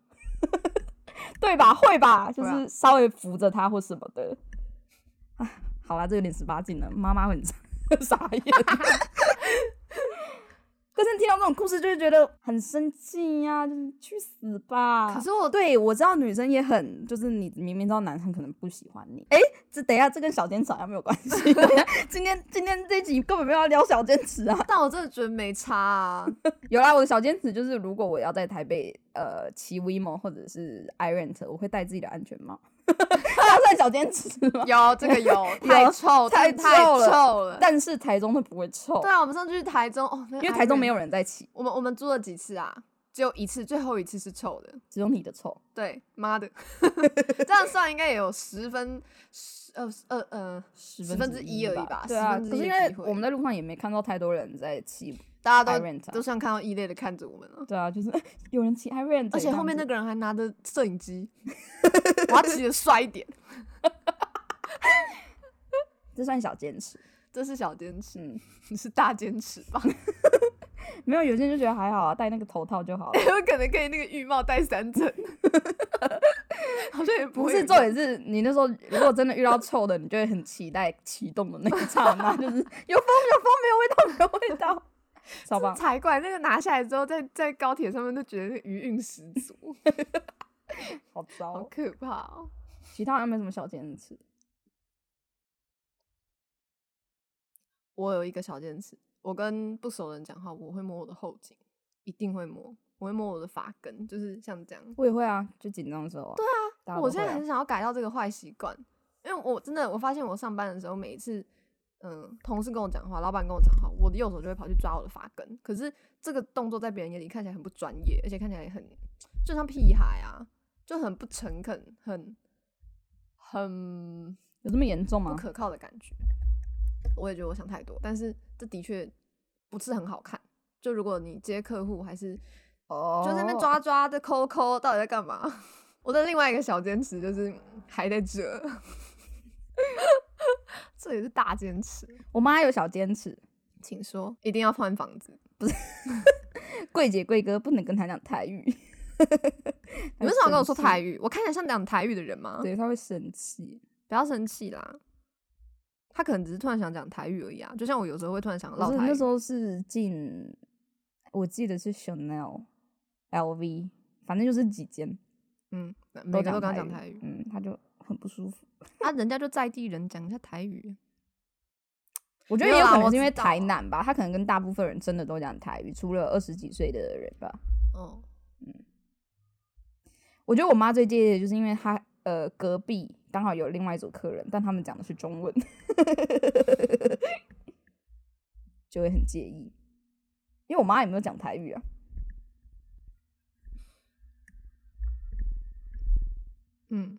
S1: 对吧？会吧？就
S2: 会啊
S1: 是稍微扶着她或什么的。啊，好啦，这有点十八禁了，妈妈会很 傻眼。可是你听到这种故事就会觉得很生气呀、就是去死吧！
S2: 可是我
S1: 对，我知道女生也很，就是你明明知道男生可能不喜欢你，哎、这等一下，这跟小奸好像没有关 系。 今天今天这集根本没有要聊小奸持啊。
S2: 但我真的觉得没差啊。
S1: 有啦，我的小坚持就是，如果我要在台北呃骑 WeMo 或者是 iRent，我会戴自己的安全帽。 它算小坚持吗？
S2: 有这个有，太
S1: 有
S2: 臭，
S1: 太
S2: 真的太
S1: 臭了
S2: 臭了。
S1: 但是台中会不会臭
S2: 对？啊，我们上次去台中，哦，因
S1: 因为台中没
S2: 有，
S1: 有人在骑，
S2: 我们我们租了几次啊？只有一次，最后一次是臭的。
S1: 只有你的臭。
S2: 对，妈的，这样算应该也有十分十呃呃呃，
S1: 十
S2: 分之一而已吧
S1: 对啊，
S2: 十分之
S1: 可
S2: 一
S1: 是因
S2: 的
S1: 为
S2: 机会
S1: 我们在路上也没看到太多人在骑
S2: 大家都
S1: iRent，、啊、
S2: 都像看到异类的看着我们了。
S1: 对啊，就是 有人骑 iRent，
S2: 而且后面那
S1: 个
S2: 个人还拿着摄影 机，我要骑得帅一点，
S1: 这算小坚持。
S2: 这是小坚持，
S1: 嗯，
S2: 你是大坚持 吧？
S1: 没有，有些人就觉得还好啊，戴那个头套就好了。
S2: 有可能可以那个浴帽戴三 层，好像也不
S1: 不
S2: 会
S1: 是
S2: 有
S1: 重点是你那时候如果真的遇到臭的，你就会很期待启动的那一刹那，就是 有风有风，没有味道没有味道，超棒！
S2: 才怪。那个拿下来之后，在在高铁上面就觉得余韵十足，
S1: 好
S2: 好
S1: 糟，
S2: 可怕哦。
S1: 其他好像没什么小坚持。
S2: 我有一个小坚持，我跟不熟人讲话，我会摸我的后颈，一定会摸，我会摸我的发根，就是像这样。
S1: 我也会啊，就紧张的时候、啊。对啊，大家
S2: 我
S1: 都
S2: 现
S1: 会
S2: 在
S1: 啊
S2: 很想要改掉这个坏习惯，因为我真的我发现我上班的时候，每一次嗯，同事跟我讲话，老板跟我讲话，我的右手就会跑去抓我的发根。可是这个动作在别人眼里看起来很不专业，而且看起来也很就像屁孩啊，就很不诚恳，很很
S1: 有这么严重
S2: 不
S1: 吗？
S2: 可靠的感觉。我也觉得我想太多，但是这的确不是很好看。就如果你接客户，还是
S1: 哦
S2: 就在那边抓抓的抠抠，到底在干嘛？ 我的另外一个小坚持就是还在这， 这也是大坚持。
S1: 我妈有小坚持，
S2: 请说，一定要换房子。
S1: 柜姐柜哥不能跟她讲台语，
S2: 你为什么要跟我说台
S1: 语？
S2: 语？我看起来像讲台语的人吗？
S1: 对，她会生气。
S2: 不要生气啦。他可能只是突然想讲台语而已啊，就像我有时候会突然想
S1: 不
S2: 唠
S1: 是
S2: 台
S1: 那
S2: 语
S1: 时。候是进，我记得是 Chanel、LV，反正就是几间。
S2: 嗯，每个都跟他讲台语，
S1: 嗯，他就很不舒服。
S2: 啊，人家就在地人讲一下台语。
S1: 我觉得
S2: 没
S1: 也
S2: 有
S1: 有
S2: 啦
S1: 可能
S2: 我
S1: 是因为
S2: 知道
S1: 台
S2: 啊
S1: 南吧，他可能跟大部分人真的都讲台语，除了二十几岁的人吧。
S2: 哦，
S1: 我觉得我妈最介意的就是因为她呃隔壁刚好有另外一组客人，但他们讲的是中文， 就会很介意。因为我妈也没有讲台语啊，
S2: 嗯，嗯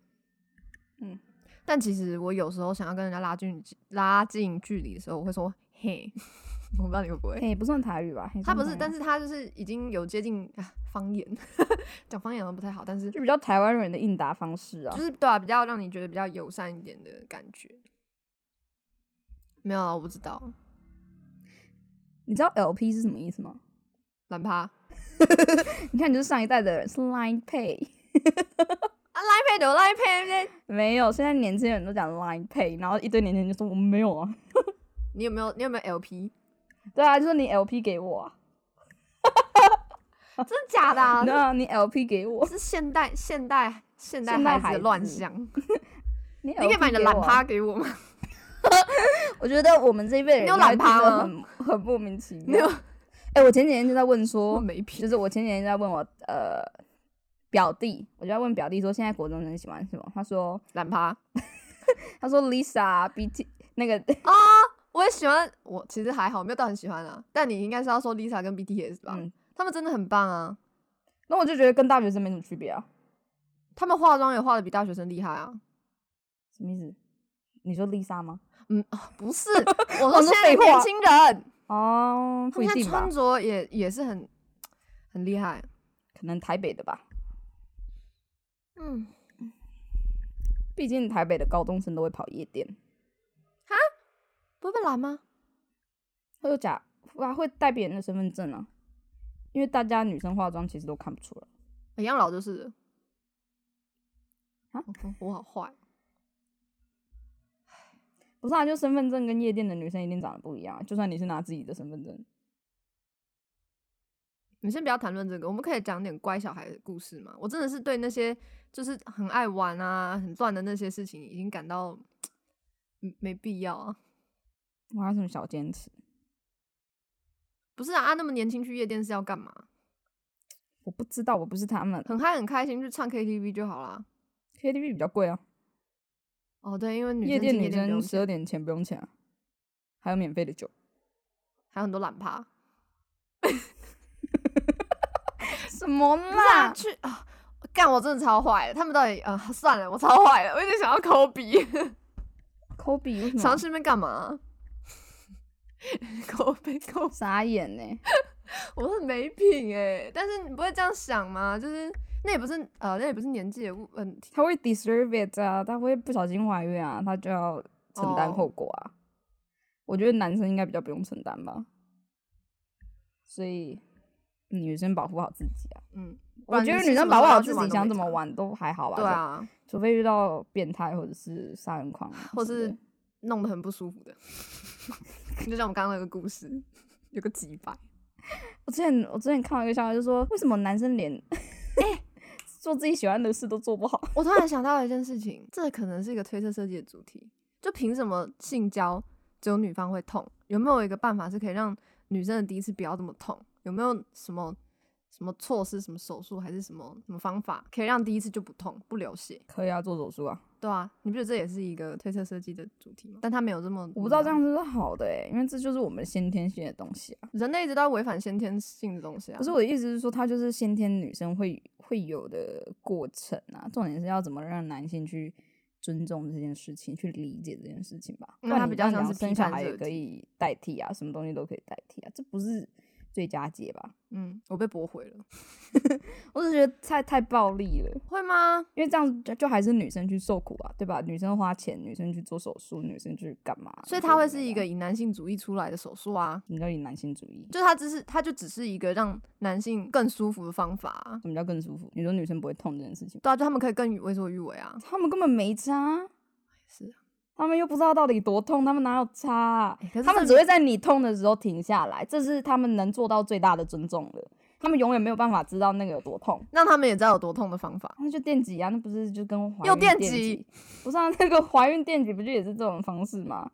S1: 嗯，
S2: 但其实我有时候想要跟人家拉近距拉近距离的时候，我会说嘿，我不知道你会不会。
S1: 也不算台语吧？
S2: 他不是，但
S1: 是
S2: 是他就是已经有接近啊方言， 讲方言好像不太好，但是
S1: 就比较台湾人的应答方式啊
S2: 就。是对啊，比较让你觉得比较友善一点的感觉。没有啊，我不知道，
S1: 你知道 LP 是什么意思吗？
S2: 懒趴啊，
S1: 你看，你就是上一代的人，是 Line Pay。
S2: 赖配的赖配，
S1: 没有，现在年轻人都讲 Line Pay，然后一堆年轻人就说我没有啊。
S2: 你有没有你有没有 LP？
S1: 对啊，就说你 LP 给我啊，
S2: 真的假的、啊？
S1: 对啊，你 LP 给我，
S2: 是现代现代现代
S1: 现代
S2: 孩
S1: 孩
S2: 子的
S1: 子
S2: 乱象。
S1: 你
S2: 你可以把你的懒趴
S1: 趴。
S2: 给我吗？
S1: 啊我觉得我们这一辈人
S2: 你有懒
S1: 应
S2: 趴吗
S1: 该听得很很莫名其
S2: 没有
S1: 妙。 哎，我前几天就在问
S2: 我
S1: 说，
S2: 没皮
S1: 就。是我前几天在问我呃表弟，我就在问表弟说现在国中生喜欢什么，他说
S2: 懒趴啊！
S1: 他说 Lisa BT 那个
S2: 我也喜欢，我其实还好，没有到很喜欢啊。但你应该是要说 Lisa 跟 BTS 吧？
S1: 嗯，
S2: 他们真的很棒啊！
S1: 那我就觉得跟大学生没什么区别啊，
S2: 他们化妆也化的比大学生厉害啊！
S1: 什么意思？你说 Lisa 吗？
S2: 嗯，啊 不是，我
S1: 哦
S2: 说
S1: 你说
S2: 现在
S1: 废
S2: 的年
S1: 话
S2: 轻人，
S1: 哦，
S2: 他
S1: 不一
S2: 们现在
S1: 定吧
S2: 穿，着也也是很很厉害。
S1: 可能台北的吧，
S2: 嗯，
S1: 毕竟台北的高中生都会跑夜店，
S2: 不会被拦吗？
S1: 会有假，啊会带别人的身份证啊，因为大家女生化妆其实都看不出来。
S2: 一样老就是了。
S1: 啊
S2: 我，我好坏，
S1: 不是啊，就身份证跟夜店的女生一定长得不一样啊，就算你是拿自己的身份证，
S2: 你先不要谈论这个，我们可以讲点乖小孩的故事吗？我真的是对那些就是很爱玩啊、很乱的那些事情，已经感到嗯没必要啊。
S1: 我还有什么小坚持？
S2: 不是啊，啊那么年轻去夜店是要干嘛？
S1: 我不知道，我不是他们
S2: 很嗨很开心去唱 KTV 就好啦。
S1: KTV 比较贵啊，
S2: 哦，对，因为女
S1: 夜
S2: 生进
S1: 店女
S2: 夜店不
S1: 生
S2: 用
S1: 十
S2: 钱，
S1: 二点前不用钱、啊，还有免费的酒。
S2: 还有很多懒趴。
S1: 什么
S2: 不是啊，？去啊！干，我真的超坏的。他们到底啊、算了，我超坏了，我有点想要抠鼻，
S1: 抠鼻啊为什
S2: 想要
S1: 么？
S2: 去那边干嘛？啊抠鼻抠鼻，
S1: 傻眼呢、
S2: 我是没品哎、但是你不会这样想吗？就是那也不是呃，那也不是年纪的问题。
S1: 他会 deserve it 啊，他会不小心怀孕啊，他就要承担
S2: 哦
S1: 后果啊。我觉得男生应该比较不用承担吧，所以女生保护好自己啊。
S2: 嗯，不
S1: 我
S2: 然
S1: 觉
S2: 就
S1: 得
S2: 是
S1: 女
S2: 什
S1: 生
S2: 么
S1: 保护
S2: 时候
S1: 好
S2: 要去
S1: 自己，
S2: 玩都
S1: 想
S2: 没
S1: 怎么
S2: 差
S1: 玩都还好吧。
S2: 对，啊，
S1: 除非遇到变态或者是杀人狂啊
S2: 或
S1: 什么的
S2: 是弄得很不舒服的。 就像我们刚刚那个故事，有个几百，
S1: 我之前我之前看到一个笑话，就说为什么男 生连哎、做自己喜欢的事都做不好？
S2: 我突然想到一件事情，这可能是一个推测设计的主题，就凭什么性交只有女方会痛？有没有一个办法是可以让女生的第一次不要这么痛？有没有什么什么措施、什么手术还是什么什么方法，可以让第一次就不痛、不流血？
S1: 可以啊，做手术啊。
S2: 对啊，你不觉得这也是一个推测设计的主题吗？但它没有这么，
S1: 我不知道这样是不是好的哎、因为这就是我们先天性的东西啊。
S2: 人类一直都在违反先天性的东西啊。
S1: 可是我的意思是说，它就是先天女生会会有的过程啊。重点是要怎么让男性去尊重这件事情，去理解这件事情吧。不
S2: 那
S1: 然
S2: 它
S1: 你
S2: 比较
S1: 让你
S2: 像
S1: 要
S2: 是批
S1: 生小
S2: 判
S1: 孩
S2: 设
S1: 也可
S2: 计
S1: 以代替啊，什么东西都可以代替啊，这不是最佳解吧？
S2: 嗯，我被驳回了，
S1: 我只是觉得太太暴力了。
S2: 会吗？
S1: 因为这样就就还是女生去受苦啊，对吧？女生花钱，女生去做手术，女生去干嘛？
S2: 所以
S1: 对
S2: 它
S1: 不
S2: 会
S1: 对
S2: 是一个以男性主义出来的手术啊。
S1: 什么叫以男性主义？
S2: 就它只是，它就只是一个让男性更舒服的方法、啊。
S1: 什么叫更舒服？你说女生不会痛这件事情，
S2: 对啊，就他们可以更为所欲为啊。
S1: 他们根本没差，
S2: 哎是啊，
S1: 他们又不知道到底多痛，他们哪有差啊、
S2: 欸可是
S1: 他们
S2: 这
S1: 只会在你痛的时候停下来，这是他们能做到最大的尊重了。他们永远没有办法知道那个有多痛，
S2: 让他们也知道有多痛的方法。
S1: 那就电击啊，那不是就跟怀
S2: 又
S1: 孕
S2: 电
S1: 电
S2: 击
S1: 击？不是啊，那个怀孕电击不就也是这种方式吗？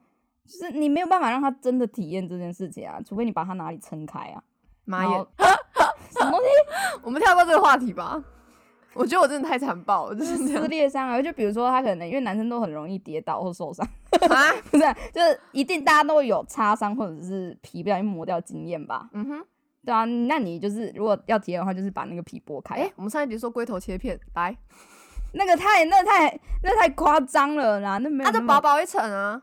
S1: 就是你没有办法让他真的体验这件事情啊，除非你把他哪里撑开啊。
S2: 妈
S1: 然
S2: 耶
S1: 后！ 什么东西
S2: 我们跳过这个话题吧。我觉得我真的太残暴了，就
S1: 就是
S2: 是这
S1: 撕
S2: 样
S1: 裂伤啊？就比如说他可能因为男生都很容易跌倒或受伤，
S2: 啊。
S1: 不是啊、就是一定大家都会有擦伤或者是皮不小心磨掉经验吧？
S2: 嗯哼，
S1: 对啊，那你就是如果要体验的话，就是把那个皮剥开啊、
S2: 哎、我们上一集说龟头切片，来，
S1: 那个太那个太那个太夸张
S2: 啊
S1: 了啦，那没有
S2: 它
S1: 那
S2: 就
S1: 么
S2: 薄薄一层啊，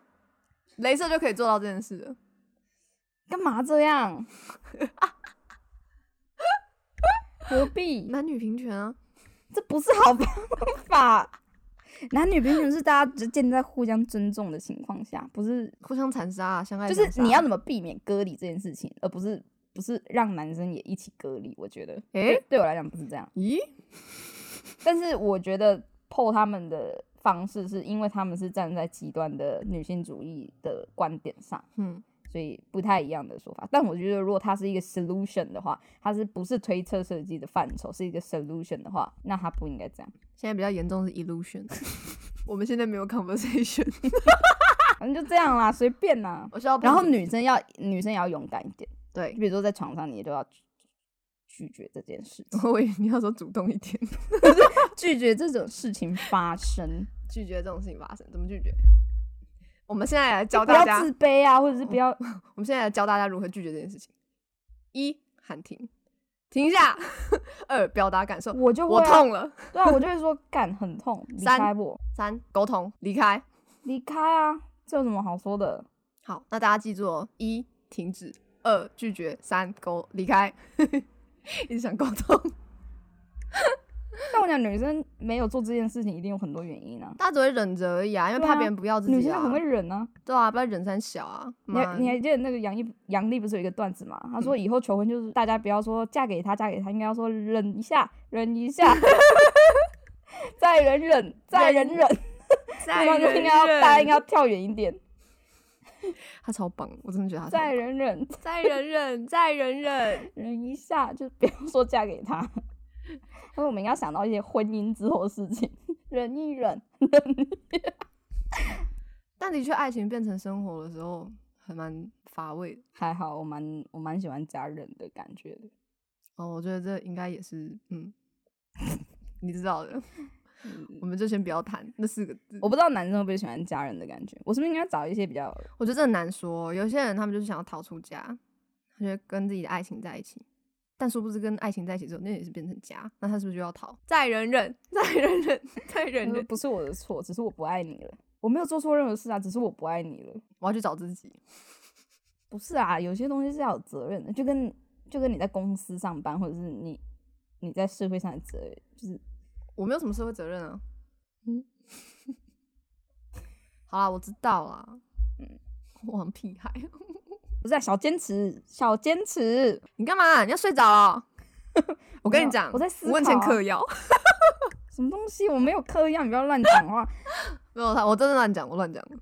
S2: 镭射就可以做到这件事了。
S1: 干嘛这样？何必？
S2: 男女平权啊，
S1: 这不是好方法。男女平等是大家只建立在互相尊重的情况下，不是
S2: 互相残杀啊，相爱
S1: 就是你要怎么避免割礼这件事情，而不是不是让男生也一起割礼。我觉得，
S2: 诶
S1: 对对我来讲不是这样。
S2: 咦，
S1: 但是我觉得破他们的方式，是因为他们是站在极端的女性主义的观点上，
S2: 嗯，
S1: 所以不太一样的说法。但我觉得，如果它是一个 solution 的话，它是不是推测设计的范畴，是一个 solution 的话，那它不应该这样。
S2: 现在比较严重的是 illusion，我 们现在没有 conversation，
S1: 反正就这样啦，随便啦。
S2: 我需要
S1: 然后女生要女生也要勇敢一点，
S2: 对，
S1: 比如说在床上，你就要拒拒绝这件事 情，
S2: 我以为你要说主动一点，
S1: 拒绝这种事情发生，
S2: 拒绝这种事情发生，怎么拒绝？我们现在来教
S1: 不
S2: 大
S1: 要
S2: 家，嗯
S1: 自卑啊，或者是不要
S2: 我们现在来教大家如何拒绝这件事情：一喊停，停一下； 二表达感受，
S1: 我就
S2: 我
S1: 会啊、
S2: 痛了；
S1: 对啊，我就会说干很痛，离
S2: 三
S1: 开我，
S2: 三沟通，离开。
S1: 离开啊，这有什么好说的？
S2: 好，那大家记住哦：一停止，二拒绝，三沟离开。 一直想沟通，
S1: 但我讲女生没有做这件事情，一定有很多原因啊。
S2: 大家只会忍着而已啊，因为
S1: 对
S2: 怕
S1: 啊
S2: 别人不要自己、啊。
S1: 女生很会忍啊，
S2: 对啊，不要忍三小啊。
S1: 你
S2: 妈嗯
S1: 还你还记得那个杨一杨丽不是有一个段子嘛？她说以后求婚就是大家不要说嫁给他嫁给他，应该要说忍一 下忍一下，再忍忍再忍忍，
S2: 再
S1: 然后就
S2: 忍
S1: 应该要大家应该
S2: 忍，
S1: 要跳远一 点，
S2: 他超棒，我真的觉得他超
S1: 再
S2: 棒
S1: 忍忍
S2: 再忍忍，再忍忍。
S1: 忍一下，就不要说嫁给 他。所以我们应该想到一些婚姻之后的事情，忍一忍，
S2: 但的确，爱情变成生活的时候，还蛮乏味的。
S1: 还好，我蛮我蛮喜欢加忍的感觉的。
S2: 哦，我觉得这应该也是，嗯， 你知道 的。我们就先不要谈那四个字，
S1: 我不知道男生会不会喜欢加忍的感觉，我是不是应该找一些比较
S2: 我觉得这很难说。有些人他们就是想要逃出家，他觉得跟自己的爱情在一起，但殊不知跟爱情在一起之后，那也是变成家，那他是不是就要逃？再忍忍，再忍忍， 再忍
S1: 他说
S2: 忍，
S1: 不是我的错，只是我不爱你了。我没有做错任何事啊，只是我不爱你了。
S2: 我要去找自己。
S1: 不是啊，有些东西是要有责任的，就跟就跟你在公司上班，或者是你你在社会上的责任，就是
S2: 我没有什么社会责任啊。嗯， 好啦，我知道啦。嗯，我很屁孩。
S1: 不是、啊、小坚持，小坚持。
S2: 你干嘛、你要睡着哦？ 我跟你讲，
S1: 我在思考啊
S2: 问前嗑药。
S1: 什么东西？我没有刻意让你不要乱讲话。
S2: 没有他，我真的乱讲，我乱讲 的。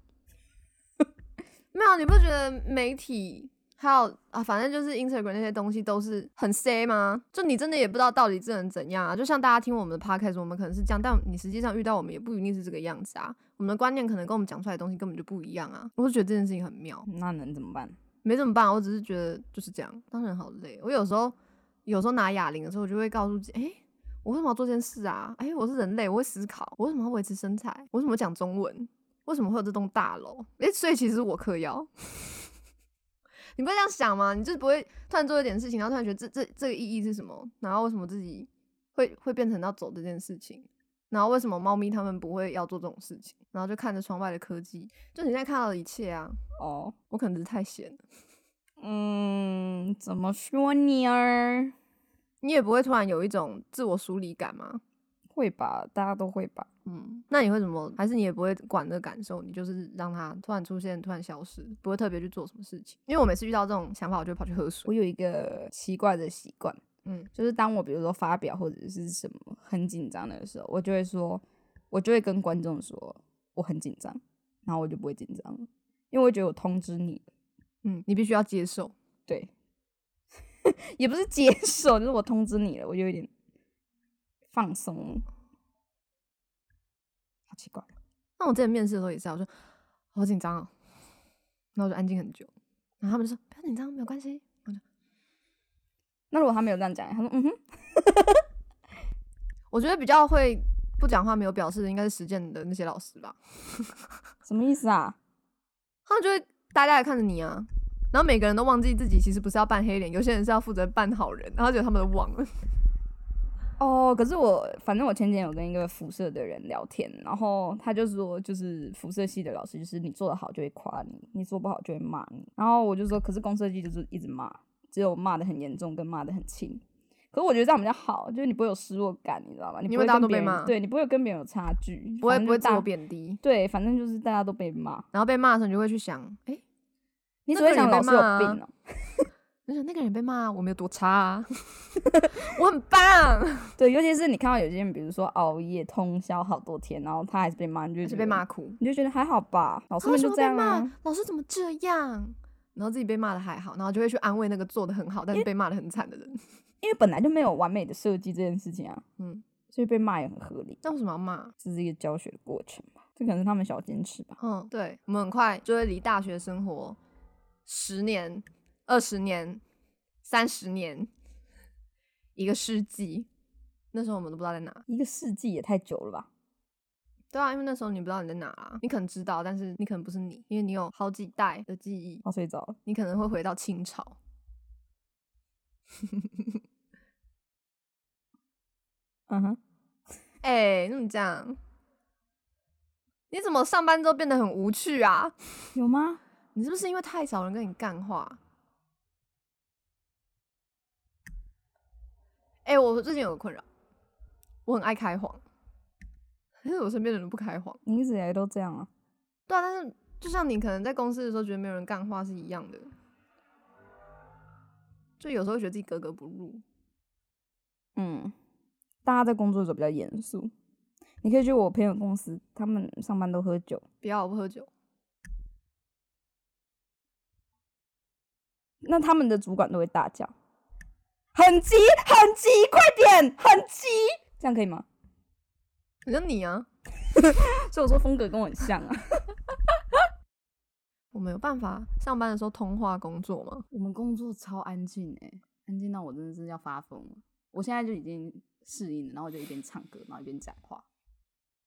S2: 没有，你不觉得媒体还有啊，反正就是 Instagram 那些东西都是很 C 吗？就你真的也不知道到底这人怎样啊。就像大家听我们的 podcast，我们可能是这样，但你实际上遇到我们也不一定是这个样子啊。我们的观念可能跟我们讲出来的东西根本就不一样啊。我就觉得这件事情很妙，
S1: 那能怎么办？
S2: 没怎么办，啊我只是觉得就是这样。当然好累，我有时候有时候拿哑铃的时候，我就会告诉自己，哎、我为什么要做这件事啊？哎、我是人类，我会思考，我为什么要维持身材？我为什么讲中文？为什么会有这栋大楼？哎、所以其实我嗑药。 你不会这样想吗？你就是不会突然做一点事情，然后突然觉得这这这个意义是什么？然后为什么自己会会变成要走这件事情？然后为什么猫咪它们不会要做这种事情？然后就看着窗外的科技，就你现在看到的一切啊，
S1: 哦，
S2: 我可能只是太闲了。
S1: 嗯，怎么说呢？
S2: 你也不会突然有一种自我疏离感吗？
S1: 会吧，大家都会吧。
S2: 嗯，那你会怎么？还是你也不会管这个感受，你就是让它突然出现，突然消失，不会特别去做什么事情。因为我每次遇到这种想法，我就会跑去喝
S1: 我
S2: 水。
S1: 有一个奇怪的习惯，
S2: 嗯，
S1: 就是当我比如说发表或者是什么很紧张的时候，我就会说，我就会跟观众说我很紧张，然后我就不会紧张了，因为我觉得我通知你了，
S2: 嗯，你必须要接受。
S1: 对， 也不是接受，就是我通知你了，我就有点放松，好奇怪，
S2: 那我之前面试的时候也是啊，我说好紧张哦，然后我就安静很久，然后他们就说不要紧张，没有关系。我就
S1: 那如果他没有这样讲，他说嗯哼，
S2: 我觉得比较会不讲话、没有表示的，应该是实践的那些老师吧。
S1: 什么意思啊？
S2: 他们就会呆呆的看着你啊，然后每个人都忘记自己其实不是要扮黑脸，有些人是要负责扮好人，然后结果他们都忘了。
S1: 哦，可是我反正我前几天有跟一个辐射的人聊天，然后他就说，就是辐射系的老师，就是你做的好就会夸你，你做不好就会骂你。然后我就说，可是公社系就是一直骂，只有骂的很严重跟骂的很轻。可是我觉得这样比较好，就是你不会有失落感，你知道吗？你
S2: 因
S1: 不
S2: 为
S1: 会
S2: 大家都
S1: 跟别
S2: 被骂
S1: 人，对你不会跟别人有差距，
S2: 不会
S1: 反正
S2: 不会
S1: 就
S2: 自我
S1: 大
S2: 贬低，
S1: 对，反正就是大家都被骂，
S2: 然后被骂的时候，你就会去想，哎、
S1: 你只
S2: 那个
S1: 会
S2: 人
S1: 想
S2: 也被
S1: 老师有
S2: 骂啊
S1: 病哦、
S2: 你想那个人被骂，我们有多差、啊， 我很棒，
S1: 对，尤其是你看到有些人，比如说熬夜通宵好多天，然后他还是被骂，你就会
S2: 就
S1: 觉
S2: 被
S1: 得
S2: 骂，哭。
S1: 你就觉得还好吧，老师
S2: 啊为
S1: 们
S2: 什
S1: 就
S2: 么
S1: 这
S2: 被
S1: 样
S2: 骂
S1: 啊。？
S2: 老师怎么这样？然后自己被骂的还好，然后就会去安慰那个做的很好，但是被骂的很惨的人。
S1: 因为本来就没有完美的设计这件事情啊，
S2: 嗯，
S1: 所以被骂也很合理，
S2: 那为什么要骂？
S1: 这是一个教学的过程吧，这可能是他们小坚持吧。
S2: 嗯，对，我们很快就会离大学生活十年、二十年、三十年，一个世纪。那时候我们都不知道在哪。
S1: 一个世纪也太久了吧？
S2: 对啊，因为那时候你不知道你在哪啊，你可能知道，但是你可能不是你，因为你有好几代的记忆，
S1: 我睡着了，
S2: 你可能会回到清朝。
S1: 嗯哼，
S2: 哎、那你这样，你怎么上班之后变得很无趣啊？
S1: 有吗？
S2: 你是不是因为太少人跟你干话？哎、我最近有个困扰，我很爱开黄， 可是我身边的人不开黄。
S1: 你一直以来都这样啊？
S2: 对啊，但是就像你可能在公司的时候觉得没有人干话是一样的，就有时候会觉得自己格格不入。
S1: 嗯，大家在工作的时候比较严肃。你可以去我朋友公司，他们上班都喝酒，
S2: 不要，我不喝酒。
S1: 那他们的主管都会大叫：“很急，很急，快点，很急！”这样可以吗？
S2: 你像你啊，
S1: 所以我说风格跟我很像啊。
S2: 我们有办法上班的时候通话工作吗？
S1: 我们工作超安静哎、安静到我真的是要发疯了。我现在就已经适应了，然后我就一边唱歌，然后一边讲话。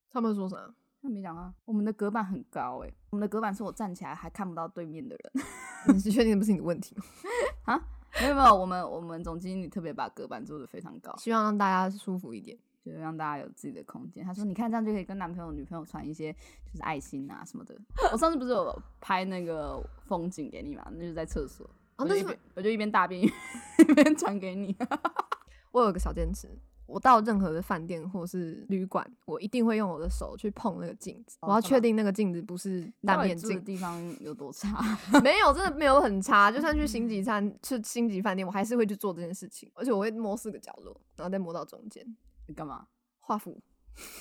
S2: 他们说啥？
S1: 那没讲啊，我们的隔板很高哎、我们的隔板是我站起来还看不到对面的人
S2: 你是确定不是你的问题吗？
S1: 啊。没有没有，我们我们总经理特别把隔板做的非常高，
S2: 希望让大家舒服一点。
S1: 就是让大家有自己的空间。他说，你看这样就可以跟男朋友、女朋友传一些就是爱心啊什么的。 我上次不是有拍那个风景给你嘛，那就是在厕所，
S2: 啊
S1: 我
S2: 那
S1: 就一
S2: 是
S1: 边我就一边大便一边传给 你。
S2: 我有个小坚持，我到任何的饭店或是旅馆，我一定会用我的手去碰那个镜子，
S1: 哦
S2: 我要
S1: 干嘛
S2: 确定那个镜子不是单面
S1: 你到底住的
S2: 镜。
S1: 地方有多差？
S2: 没有，真的没有很差。就算去星级餐、去星级饭店，我还是会去做这件事情，而且我会摸四个角落，然后再摸到中间。
S1: 你干嘛？
S2: 画符，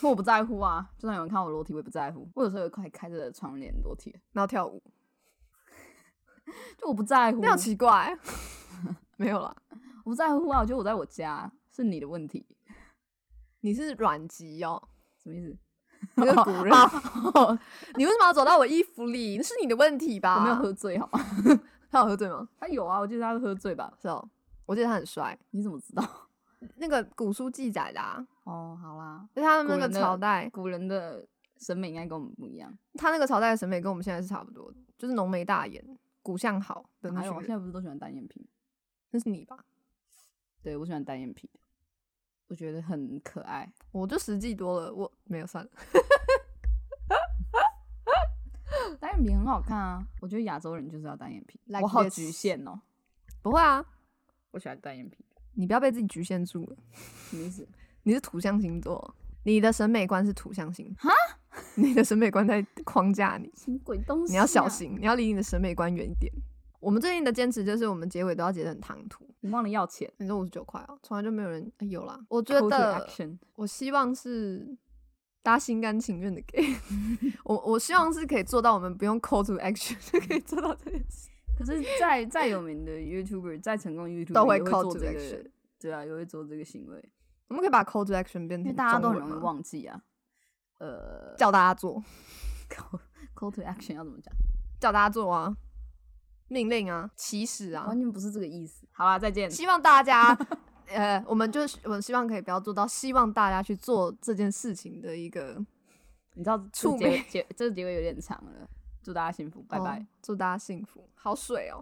S1: 我不在乎啊，就算有人看我裸体，我也不在乎。我有时候也快开着窗帘裸体，
S2: 然后跳舞，
S1: 就我不在乎，
S2: 那样奇怪、 没有啦，
S1: 我不在乎啊。我觉得我在我家是你的问题，
S2: 你是阮籍哦，
S1: 什么意思？
S2: 你是古
S1: 哦
S2: 人， 你为什么要走到我衣服里？那是你的问题吧？
S1: 我没有，喝醉好吗？
S2: 他有喝醉吗？
S1: 他有啊，我记得他是喝醉吧？
S2: 是哦，我记得他很帅。
S1: 你怎么知道？
S2: 那个古书记载的、啊，
S1: 哦，好啦，
S2: 就他们
S1: 古
S2: 那
S1: 人
S2: 个
S1: 的
S2: 朝代，
S1: 古人的审美应该跟我们不一样。
S2: 他那个朝代的审美跟我们现在是差不多的，就是浓眉大眼、骨相好的那
S1: 还有，啊
S2: 种
S1: 哎我现。在不是都喜欢单眼皮？
S2: 那是你吧？
S1: 对，我喜欢单眼皮，我觉得很可爱。
S2: 我就实际多了，我没有算了。
S1: 单眼皮很好看啊，我觉得亚洲人就是要单眼皮。
S2: Like
S1: 我好
S2: this
S1: 局限哦，
S2: 不会啊，
S1: 我喜欢单眼皮，
S2: 你不要被自己局限住了。
S1: 什么意思？
S2: 你是土象星座，你的审美观是土象星哈， 你的审美观在框架你，
S1: 什么鬼东西、啊
S2: 你要小。心，你要离你的审美观远一点。我们最近的坚持就是，我们结尾都要结得很唐突。
S1: 你忘了要钱。
S2: 你说五十九块哦，从来就没有人、哎有啦。我觉
S1: Call to
S2: 得
S1: action
S2: 我希望是大家心甘情愿的 给我，我希望是可以做到，我们不用 call to action 就可以做到这件事。
S1: 可是再再有名的 YouTuber，再成功的 YouTuber
S2: 都会
S1: 也
S2: call
S1: 做
S2: to
S1: 这
S2: action
S1: 个，对啊，也会做这个行为，
S2: 我们可以把 call to action 变
S1: 因为
S2: 成
S1: 大家都很
S2: 中文
S1: 容易
S2: 吗，
S1: 忘记啊。呃
S2: 叫大家做，
S1: ，call call to action 要怎么讲？
S2: 叫大家做啊，命令啊，起始啊
S1: 完，全不是这个意思。好啦，再见。
S2: 希望大 家，呃，我们就是我们希望可以不要做到，希望大家去做这件事情的一个
S1: 你知道这
S2: 触
S1: 个结
S2: 媒
S1: 尾结这个结尾有点长了，祝大家幸福，拜拜。
S2: 哦祝大家幸福，好水哦。